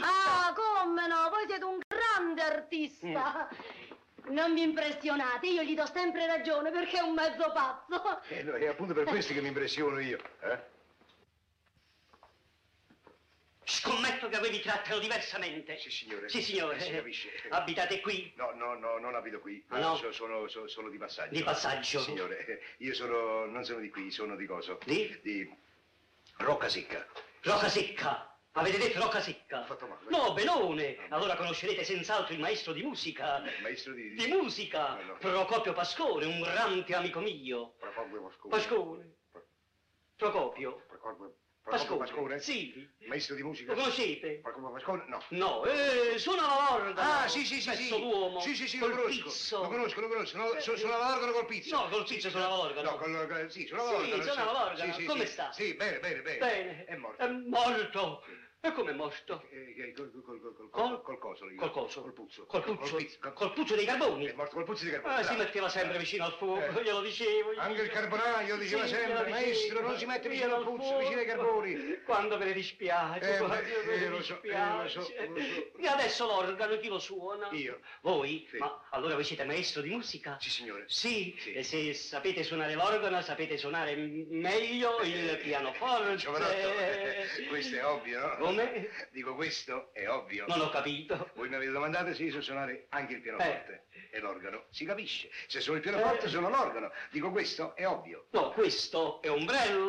Ah, artista. Non vi impressionate, io gli do sempre ragione perché è un mezzo pazzo. E Eh, no, è appunto per questo che mi impressiono io. Eh? Scommetto che avevi trattato diversamente. Sì, signore. Eh, Sì, signore. Si capisce. Abitate qui? No, no, no, non abito qui. Ah, no? So- Sono, so- sono di passaggio. Di passaggio? Sì, Signore, eh, io sono, non sono di qui, sono di coso. Di? Di Rocca Sicca. Rocca Secca. Avete detto Rocca Secca? Ho fatto male. No, benone. Allora conoscerete senz'altro il maestro di musica. Maestro di... Di musica. No, no. Procopio Pascone, un grande amico mio. Procopio Pascone. Pascone. Procopio. Procopio Procopio Pascone. Pascone? Sì. Maestro di musica? Lo conoscete? Procopio Pascone? No. No, eh, suona la organo. Ah, sì, sì, sì, sì. Pezzo d'uomo. Sì, sì, sì, col lo conosco. pizzo. Lo conosco, lo conosco. No, Eh, so, eh. suonava l'organo col pizzo. No, col pizzo suonava l'organo. No, col, col- sì, suonava Sì, l'organo. suonava l'organo. Come sì. sta? Sì, bene, bene, bene. Bene. È morto. È morto. E come è morto? Eh, eh, col, col, col, col, Col- col coso lì. Col coso. Col puzzo. Col puzzo. pizzo. Col puzzo dei carboni. È morto col puzzo di carbone. Ah, si bravo. metteva sempre vicino al fuoco, Eh. glielo dicevo. gli Anche il dicevo. carbonaio diceva Sì, sempre, glielo dicevo, maestro, non si mette vicino al puzzo, fuoco. vicino ai carboni. Quando ve ne dispiace, Eh, quando beh, ve eh, ne lo so, eh, lo so, dispiace. lo so. E adesso l'organo chi lo suona? Io. Voi? Sì. Ma allora voi siete maestro di musica? Sì, signore. Sì, Sì. e se sapete suonare l'organo sapete suonare m- meglio Eh, il pianoforte. Giovanotto, eh, questo è ovvio, no? Come? Dico, questo è ovvio. Non ho capito. Voi mi avete domandato se io so suonare anche il pianoforte e l'organo. Si capisce. Se sono il pianoforte, Eh. sono l'organo. Dico, questo è ovvio. No, questo è ombrello.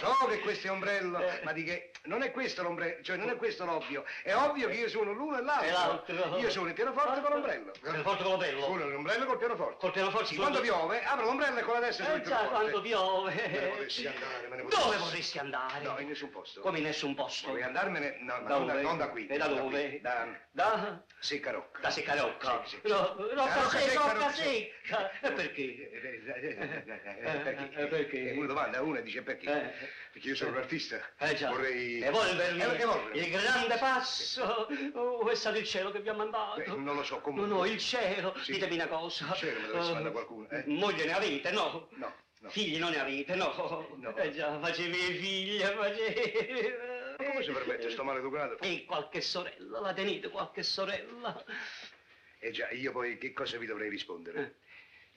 Lo so che questo è ombrello, Eh. ma di che? Non è questo l'ombrello, cioè non è questo l'ovvio. È ovvio che io sono l'uno e l'altro. E Eh, l'altro. Io sono il pianoforte con l'ombrello. Pianoforte con l'ombrello. Uno è l'ombrello col pianoforte. Col pianoforte si Quando suona- piove, apro l'ombrello e con la destra sono il Pensa pianoforte. quando piove. Me ne potessi andare, me ne potessi. Dove vorresti andare? No, in nessun posto. Come in nessun posto. Vuoi andarmene? No, ma non, da, dove? non da qui. E da non dove? qui, Da Da? Seccarocca. Da Seccarocca. Sì, sì, sì. No, Da Rocca Secca, Rocca Secca. Secca. E perché? Eh, eh, eh, eh, Eh, eh, Perché? perché? Eh, Una domanda, una dice perché? Eh. Perché io sono un artista. Eh già, Vorrei... evolvermi, Eh, evolvermi. il grande passo, oh, è stato il cielo che vi ha mandato. Beh, Eh, non lo so, comunque. No, no, il cielo, Sì. ditemi una cosa. Il cielo me lo dovesse Eh, mandare qualcuno, eh. Moglie ne avete, no? No, no. Figli non ne avete, no? No. Eh già, facevi figlia, facevi... Ma come si permette, sto maleducato? E qualche sorella, la tenete qualche sorella? Eh già, io poi che cosa vi dovrei rispondere? Eh.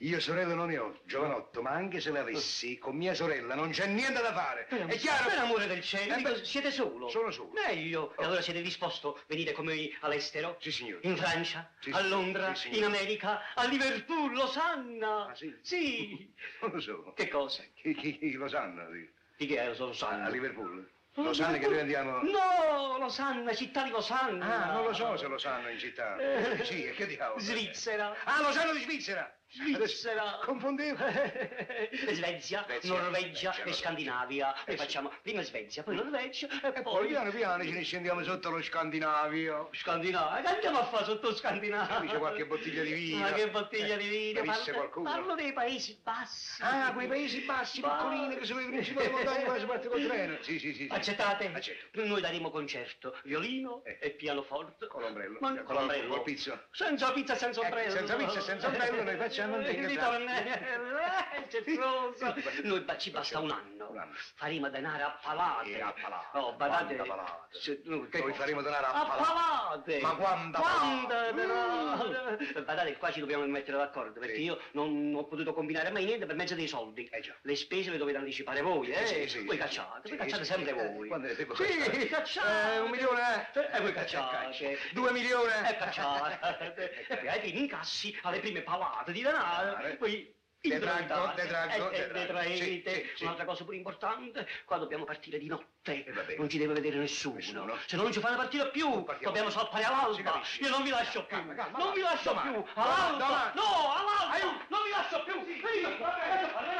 Io sorella non ne ho, giovanotto, ma anche se l'avessi, con mia sorella non c'è niente da fare. È chiaro? Per amore del cielo, Eh, dico, beh, siete solo? sono solo. Meglio. Oh. E allora siete disposto, venite con me all'estero? Sì, signore. In Francia, Sì, a signor- Londra, sì, in signor. America, a Liverpool, Losanna. Ah, sì? Sì. Non lo so. che cosa? Chi, chi- chi lo sanno? di- Di che è Losanna? A Liverpool? Lo sanno che noi andiamo... No, Losanna, città di Losanna. Ah, non lo so se lo sanno in città. Eh. Sì, e che diavolo? Svizzera. Ah, lo sanno di Svizzera! Svizzera. Adesso- Confondevo. Eh, Svezia, Svezia, Norvegia, Norvegia e Norvegia. Scandinavia. Noi Eh, sì. Mm. facciamo prima Svezia, poi Norvegia E poi piano piano ce ne scendiamo sotto lo Scandinavio. Scandinavia, che andiamo a fare sotto Qui c'è Scandinavia? qualche bottiglia di vino. Ma che bottiglia di vino? Eh, Capisse Parlo, qualcuno. parlo dei Paesi Bassi. Ah, quei paesi bassi, Ma- piccolini, che sono i principali montagne quando si parte col treno. Sì, sì, sì. sì. Accettate? Accetto. Noi daremo concerto, violino Eh. e pianoforte. Con l'ombrello. Ma- Col- con l'ombrello. col pizzo. Senza pizza, senza Eh, ombrello. senza pizza, senza ombrello, noi facciamo Il un bel- ritornello, eh, certoso. Noi ba- ci basta un Un anno. anno. Faremo denaro a palate. Eh, a palate. Oh, badate. Quanta palate. Se- no, che Noi cosa? faremo denaro ecco. a a palate. palate. Ma quanta Quanta palate? denaro? Badate, qua ci dobbiamo mettere d'accordo perché Sì. io non ho potuto combinare mai niente per mezzo dei soldi. Eh, già. Le spese le dovete anticipare voi, eh? Sì, sì, voi sì, cacciate, sì, voi sì, cacciate sì. sempre Eh, voi. quando è tempo sì, cacciare. cacciate. Eh, un milione, eh? E voi Caccia. cacciate. Due milioni? E cacciate. Eh, e poi ai primi incassi, alle prime palate di denaro, Denaro. poi... Detraggo, introitate. detraggo, Eh, eh, detraggo. detraete. Sì, sì, sì. Un'altra cosa pure importante, qua dobbiamo partire di notte. Eh, va bene. non ci deve vedere nessuno. Nessuno. Se no non ci fanno partire più, partiamo. dobbiamo salpare Si all'alba. capisce. Io non vi lascio più. Calma, calma, non vi calma. lascio Domani, più. domani, All'alba. domani. No, all'alba. Aiuto. Non vi lascio più. Venite, venite, venite.